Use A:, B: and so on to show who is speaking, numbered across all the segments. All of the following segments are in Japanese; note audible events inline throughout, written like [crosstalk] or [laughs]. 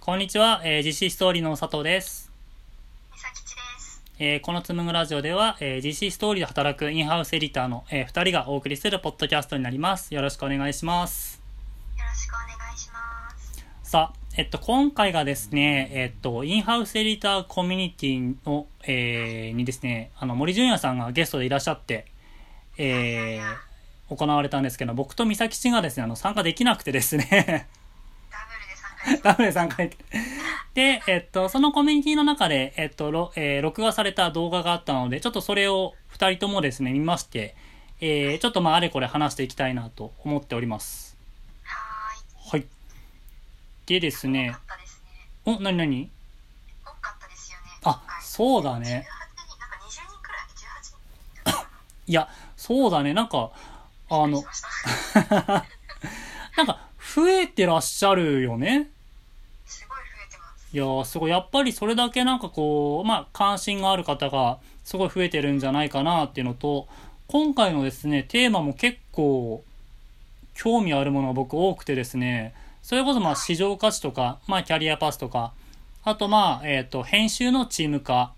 A: こんにちは、えー実施ストーリーの佐藤です。
B: みさきちです。
A: えーこのつむぐラジオでは、えー実施ストーリーで働くインハウスエディターの、え2人がお送りするポッドキャストになります。よろしくお願いします。
B: よろしくお願いします。
A: さあ、えっと、今回がですね、えっと、インハウスエディターコミュニティの、えーにですね、あの、森純也さんがゲストでいらっしゃって、えー行われたんですけど、僕と美咲氏がですね、あの、参加できなくてですね、
B: ダブルで参加しま
A: ダブルで参加できで、えっと、そのコミュニティの中で、えっと、ろえー録画された動画があったので、ちょっとそれを二人ともですね、見まして、えーちょっとまあ、あれこれ話していきたいなと思っております。
B: す。はーい。
A: はい。でですね
B: 多、かったですね。
A: お、なになに
B: 多かったですよね。
A: あ、そうだ
B: う
A: ね。
B: 18人、なんか20人くらい、18人
A: いや、そうだね。なんか、あの
B: し、ました。
A: なんか、増えてらっしゃるよね。
B: すごい増えてます。
A: いやー、すごい。やっぱりそれだけなんかこう、まあ、関心がある方がすごい増えてるんじゃないかなっていうのと、今回のですね、テーマも結構、興味あるものが僕多くてですね、それこそまあ、市場価値とか、まあ、キャリアパスとか、あとまあ、えっ、と、編集のチーム化、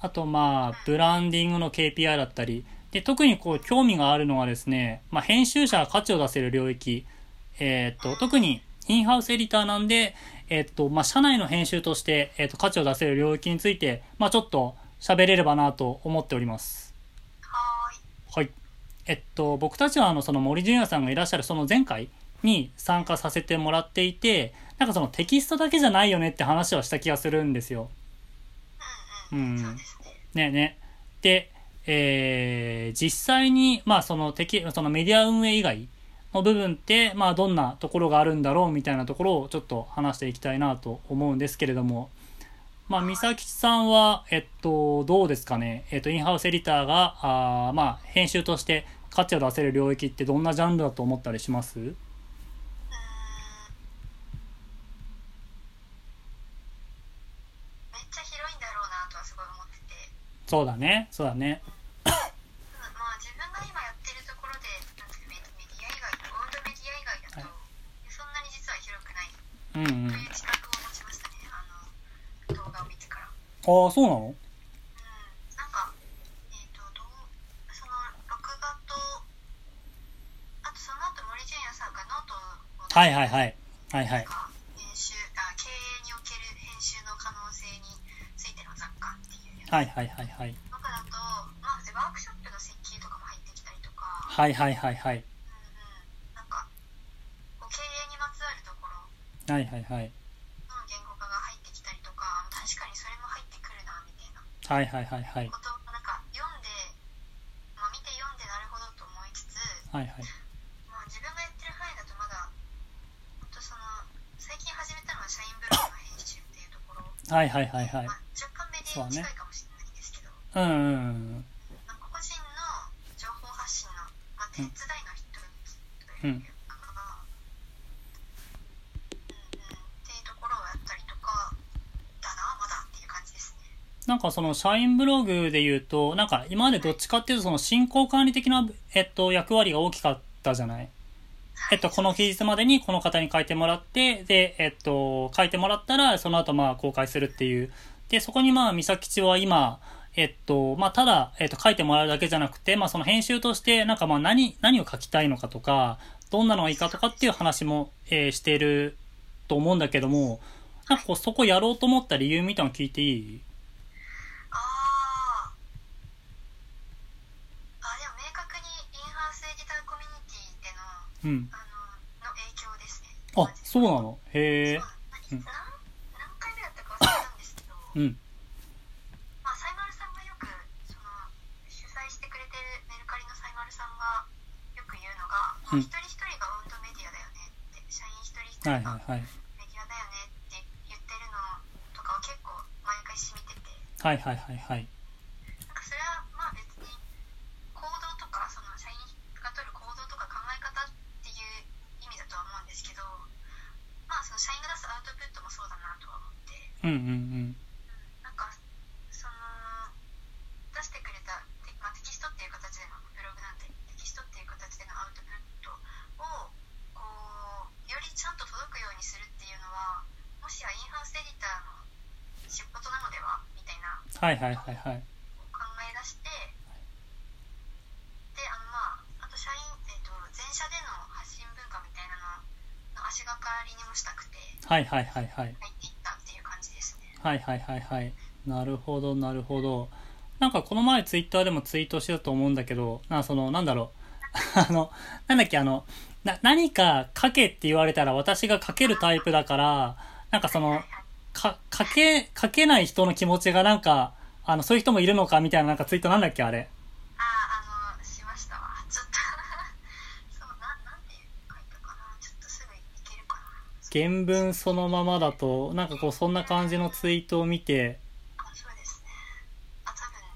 A: あとまあ、ブランディングの KPI だったり、で、特にこう、興味があるのはですね、まあ、編集者が価値を出せる領域、えーっと、特にインハウスエディターなんで、えーっと、まあ、社内の編集として、えーっと、価値を出せる領域について、まあ、ちょっと喋れればなと思っております。
B: はー
A: は
B: い。
A: い。えっと、僕たちはあの、その森純也さんがいらっしゃるその前回に参加させてもらっていて、なんかそのテキストだけじゃないよねって話はした気がするんですよ。
B: うんうん。
A: うん
B: そうですね。
A: ねえねえ。で、えー実際に、まあその敵、そのメディア運営以外の部分って、まあどんなところがあるんだろうみたいなところをちょっと話していきたいなと思うんですけれども、まあ、三崎さんは、えっと、どうですかね。えっと、インハウスエディターが、あーまあ、編集として価値を出せる領域ってどんなジャンルだと思ったりします
B: うーん。めっちゃ広いんだろうなとはすごい思ってて。
A: そうだね。そうだね。
B: ただまあ自分が今やってるところで、なんていうかメメディア以外、オウンドメディア以外だと、そんなに実は広くないと
A: うんうん。
B: いう自覚を持ちましたね。あの、動画を見てから。
A: ああ、そうなの
B: うんなんか、えっ、と、どう、その録画と、あとその後森純也さんがノートを、
A: はいはいはい。はいはい。
B: 編集、あ、経営における編集の可能性についての雑貨っていうやつ。
A: はいはいはいはい。
B: とかだと、まあ、ワークショップの設計とかも入ってきたりとか、
A: はいはいはいはい。
B: うんうん、なんか、こう経営にまつわるところ
A: はいはいはい。
B: の言語化が入ってきたりとか、確かにそれも入ってくるな、みたいな。
A: はいはいはいはい。
B: ことをなんか読んで、まあ、見て読んでなるほどと思いつつ、
A: はいはい。
B: まあ、自分がやってる範囲だとまだほんとその最近始めたのは社員ブログの編集っていうところ、
A: はいはいはいはい。
B: まあ、若干メディアに近いかもしれないんですけど、
A: うんうんうん。
B: なんか個人の情報発信の、まあ、手伝
A: う
B: いの人とい
A: ん
B: うか、うんうん、っていうところをやったりとかだなまだっていう感じですね。
A: なんかその社員ブログで言うと、なんか今までどっちかっていうとその進行管理的な、えっと、役割が大きかったじゃないえっと、この期日までにこの方に書いてもらって、で、えっと、書いてもらったら、その後まあ公開するっていう。で、そこにまあ、三崎ちは今、えっと、まあ、ただ、えっと、書いてもらうだけじゃなくて、まあ、その編集として、なんかまあ、何、何を書きたいのかとか、どんなのがいいかとかっていう話も、えーしてると思うんだけども、なんかこう、そこやろうと思った理由みたいなの聞いていい
B: あーあでも明確にインハウスエディターコミュニティでのあ
A: うん。
B: のの影響ですね
A: あ、そうな
B: の
A: のへえ。
B: そうなん何何回目だったか忘れたんですけど、
A: うん。
B: まあ、サイマルさんがよくその主催してくれてるメルカリのサイマルさんがよく言うのが、
A: うん
B: まあ一人一人が運動メディアだよねって社員一人一
A: はい
B: 人が
A: はいはい。
B: メディアだよねって言ってるのとかを結構毎回しみてて。
A: はいはいはいはい。
B: なんかそれはまあ別に行動とかその社員が取る行動とか考え方っていう意味だとは思うんですけどまあその社員が出すアウトプットもそうだなとは思って
A: うんうんうん。
B: なんかその出してくれたテ,、まあ、テキストっていう形でのブログなんてテキストっていう形でのアウトプットをこうよりちゃんと届くようにするっていうのはもしやインハウス
A: はいはいはいはい。
B: 考え出して、で、あの、まあ、あと社員、えっ、と、全社での発信文化みたいなのの足がかりにもしたくて、
A: はいはいはいはい。
B: 入っていったっていう感じですね。
A: はいはいはいはい。なるほどなるほど。なんかこの前ツイッターでもツイートしてたと思うんだけど、なそのなんだろう。 [laughs] あの、なんだっけあの、な、何か書けって言われたら私が書けるタイプだから、なんかその、か、書け、書けない人の気持ちがなんか、あの、そういう人もいるのかみたいななんかツイートなんだっけあれ。
B: ああ、あの、しましたわ。ちょっと、 [laughs] そう、な、なんて書いたかな。ちょっとすぐいけるかな。
A: 原文そのままだと、なんかこうそんな感じのツイートを見て、
B: あ、そうですね。あ、多分ね、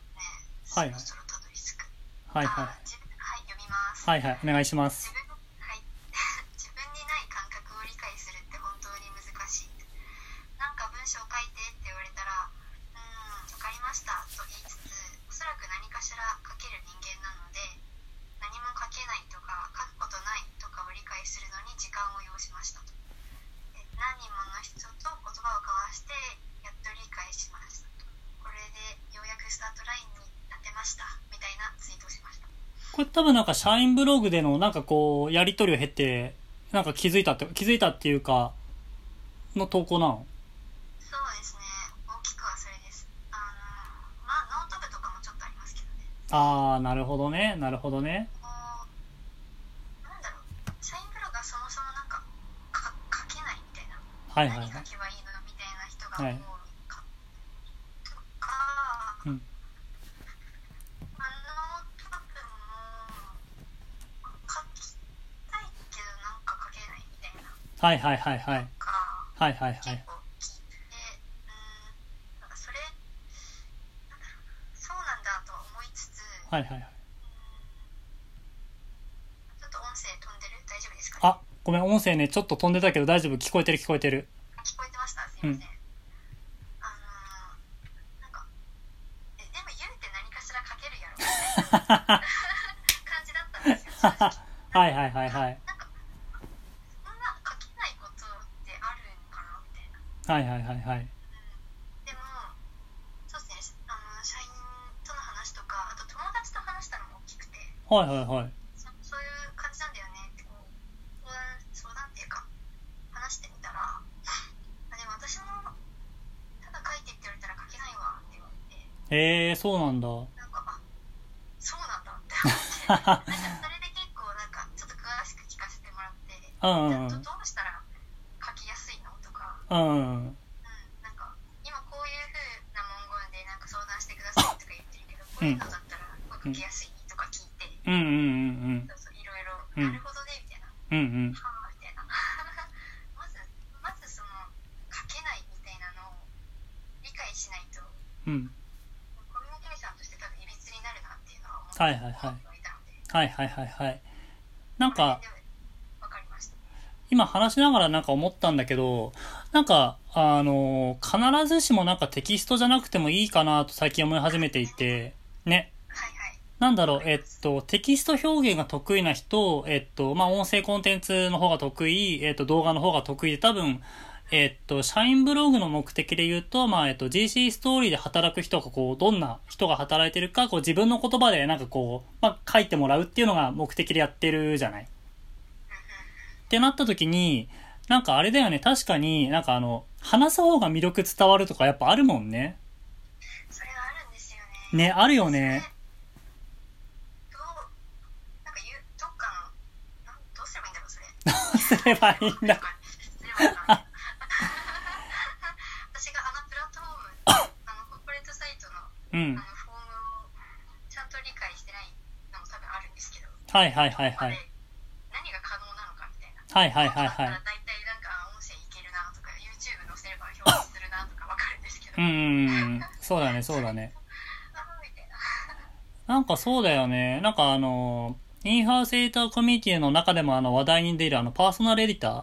A: はい
B: そろそろたどり着く。
A: はいはい。
B: あ自分はい、読みます。
A: はいはい、お願いします。
B: 自分はい自分にない感覚を理解するって本当に難しいなんか文章書いてって言われたらうーん分かりましたと言いつつおそらく何かしら書ける人間なので何も書けないとか書くことないとかを理解するのに時間を要しましたとえ何人もの人と言葉を交わしてやっと理解しましたとこれでようやくスタートラインに立てましたみたいなツイートをしました
A: これ多分なんか社員ブログでのなんかこう、やりとりを経て、なんか気づいたって、気づいたっていうか、の投稿なの
B: そうですね大きくはそれですあのまあノート部とかもちょっとありますけどね
A: あー、なるほどね、なるほどね。
B: こうなんだろう社員プロがそもそもなんかか書けないみたいな、
A: はいはいはい
B: 何。書けばいいのみたいな人が
A: はい
B: 多いか、とか、
A: うん
B: まあ、ノート部も書きたいけどなんか書けないみたいな
A: はいはいはいはい。
B: か
A: はいはいは
B: 結
A: い。
B: 構聞いて、うん、なんかそれ、なんだろうな、そうなんだと思いつつ、
A: はいはいはい。
B: ちょっと音声飛んでる、大丈夫ですかね。
A: あ、ごめん、音声ね、ちょっと飛んでたけど大丈夫、聞こえてる聞こえてる。
B: 聞こえてました、すいません。あのーなんか、えでも、言うて何かしら書けるやろみたいな感じだったんですよ、正直。
A: [laughs] はいはいはいはい。
B: なんか、そんな書けないことってあるんかなみたいな。
A: はいはいはいはい。
B: でも、そうですね、あの社員との話とか、あと友達と話したのも大きくて、
A: はいはいはい。
B: そそういう感じなんだよねってこう相談、相談っていうか、話してみたら、あでも私も、ただ書いてって言われたら書けないわって言われて、
A: へえー、そうなんだ。
B: なんか、あそうなんだって思って、なんかそれで結構、なんかちょっと詳しく聞かせてもらって、じ
A: う
B: ゃ
A: んう
B: あ
A: んう
B: ど
A: ん。
B: どうしたら書きやすいのとか。
A: うんうん。
B: うんなんか今こういう風な文言でなんか相談してくださいとか言ってるけど、こういうのだったら書きやすいとか聞いて、
A: うんうんうん
B: そうそういろいろ、
A: うん
B: なるほどねみたいな、
A: うん。うんうん。
B: はあみたいな。 [laughs] まずまずその書けないみたいなのを理解しないと
A: うん。
B: コミュニケーションとして多分いびつになるなっていうのは思って
A: はいはいはい
B: いたので、
A: はいはいはいはい。なんか、
B: これでわかりました。
A: 今話しながらなんか思ったんだけど、なんか、あの、必ずしもなんかテキストじゃなくてもいいかなと最近思い始めていて、ね。
B: はいはい。
A: なんだろう、えっと、テキスト表現が得意な人、えっと、まあ、音声コンテンツの方が得意、えっと、動画の方が得意で、多分、えっと、社員ブログの目的で言うと、まあ、えっと、GC ストーリーで働く人が、こう、どんな人が働いてるか、こう、自分の言葉で、なんかこう、まあ、書いてもらうっていうのが目的でやってるじゃない。ってなった時に、なんかあれだよね、確かになんかあの、話す方が魅力伝わるとかやっぱあるもんね。
B: それがあるんですよね。
A: ね、あるよね。 [laughs]
B: どうなんか言うどっかのなんどうすればいいんだろうそれ。
A: すればいいん
B: [laughs]
A: だ。
B: 私があのプラットフォーム、あのコーポレートサイトのあ
A: うん。
B: のフォームをちゃんと理解してないのも多分あるんですけど、
A: はいはいはいは
B: あれ
A: い。
B: 何が可能なのかみたいな。
A: はいはいはいは
B: だ
A: い
B: っ。たら大体なんか音声いけるなとか、YouTube 載せれば表示するなとかわかるんですけど、
A: うんうんうん。そうだね、そうだね。
B: あーみたいな。
A: なんかそうだよね。なんかあの、インハウスエディターコミュニティの中でもあの話題に出るあのパーソナルエディター。
B: は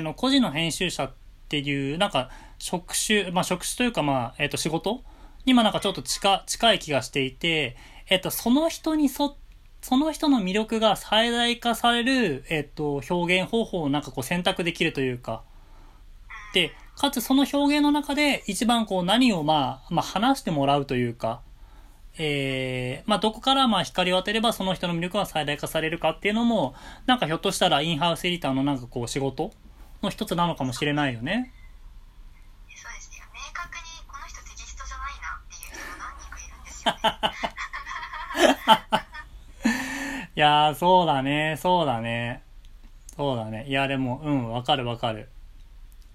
A: はい、あの、個人の編集者っていう、なんか、職種、まあ、職種というか、まあ、えっ、と、仕事にもなんかちょっと近、近い気がしていて、えっ、と、その人にそ、その人の魅力が最大化される、えっ、と、表現方法をなんかこう選択できるというか、で、かつその表現の中で一番こう何をまあ、まあ話してもらうというか、えー、まあどこからまあ光を当てればその人の魅力が最大化されるかっていうのも、なんかひょっとしたらインハウスエディターのなんかこう仕事の一つなのかもしれないよね。
B: そうですね明確にこの人テキストじゃないなっていう人が何人かいるんですよ
A: [laughs]
B: ね
A: いやー、そうだね、そうだね。そうだね。いや、でも、うん、わかるわかる。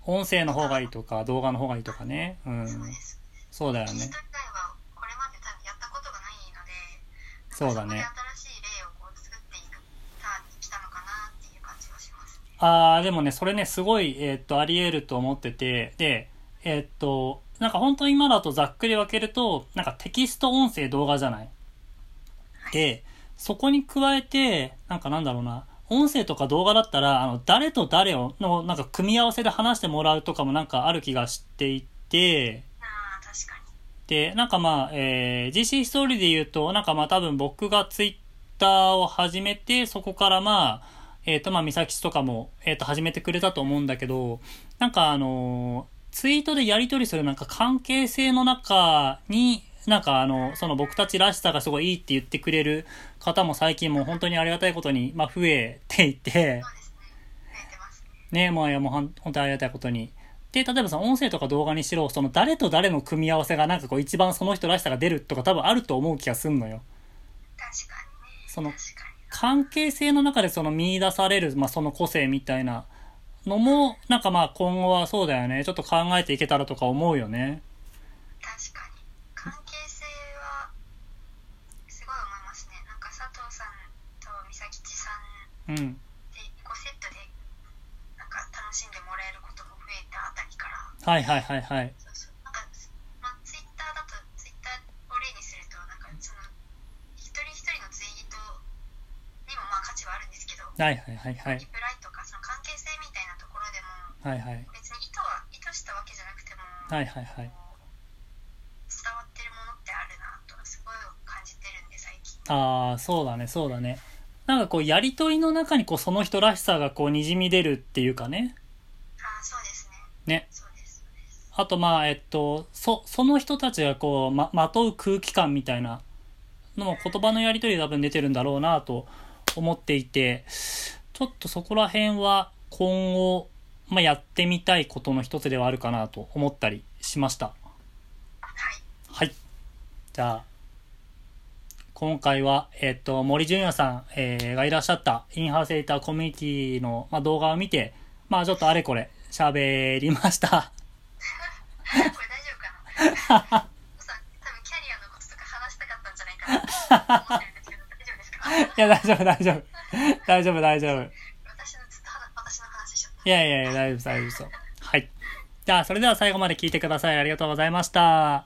A: 音声の方がいいとか、動画の方がいいとかね。うん。
B: そうです
A: そうだよ
B: テキス
A: ね
B: ト。以外はこれまで多分やったことがないので
A: そうだね
B: なんかそこで新しい例をこう作っていくターンに来たのかなっていう感じはしますね
A: あー、でもね、それね、すごい、えーっと、あり得ると思ってて、で、えーっと、なんか本当に今だとざっくり分けると、なんかテキスト、音声、動画じゃない。で、そこに加えて、なんかなんだろうな、音声とか動画だったら、あの、誰と誰を、の、なんか組み合わせで話してもらうとかもなんかある気がしていて、
B: ああ確かに
A: で、なんかまあ、えー、GC ストーリーで言うと、なんかまあ多分僕がツイッターを始めて、そこからまあ、えっ、とまあ、美咲とかも、えっ、と、始めてくれたと思うんだけど、なんかあのーツイートでやり取りするなんか関係性の中に、なんかあの、その僕たちらしさがすごいいいって言ってくれる方も最近もう本当にありがたいことに、まあ増えていて
B: そ、うですね増えてますね
A: ね、まあいやもうほん本当にありがたいことに。で、例えばその音声とか動画にしろ、その誰と誰の組み合わせがなんかこう一番その人らしさが出るとか多分あると思う気がすんのよ。
B: 確かにね
A: その
B: 確かに
A: 関係性の中でその見出される、まあその個性みたいなのも、なんかまあ今後はそうだよね。ちょっと考えていけたらとか思うよね。
B: 確かに関係性はすごい思いますねなんか佐藤さんと美咲ちさん
A: うん。
B: でこうセットでなんか楽しんでもらえることも増えたあたりから
A: はいはいはいはい。
B: そうそうなんか、まあ、ツイッターだとツイッターを例にするとなんかその一人一人のツイートにもまあ価値はあるんですけどリ
A: はいはいはいはい。
B: プライとかその関係性みたいなところでも
A: はいはい。
B: 別に意図は意図したわけじゃなくても、
A: はいはいはい。
B: こう伝わってるものってあるなとはすごい感じてるんで最近
A: ああ、そうだねそうだね。なんかこうやりとりの中にこうその人らしさがこう滲み出るっていうかね。
B: ああそうですね
A: ね。
B: そうですそうです
A: あとまあえっとそその人たちがこうままとう空気感みたいなのも言葉のやり取りで多分出てるんだろうなと思っていてちょっとそこら辺は今後、まあ、やってみたいことの一つではあるかなと思ったりしました
B: はい
A: はいじゃあ今回は、えっと、森純也さん、えーがいらっしゃったインハウセイターコミュニティの、まあ、動画を見て、まあちょっとあれこれ喋りました。
B: [laughs] これ大丈夫かなさ多分キャリアのこととか話したかったんじゃないかなと思ってるんですけど大丈夫ですか
A: いや、大丈夫、大丈夫。大丈夫、大丈夫。
B: 私のずっと話私の話しちゃった
A: いやいやいや、大丈夫、大丈夫ですよ。はい。じゃあ、それでは最後まで聞いてください。ありがとうございました。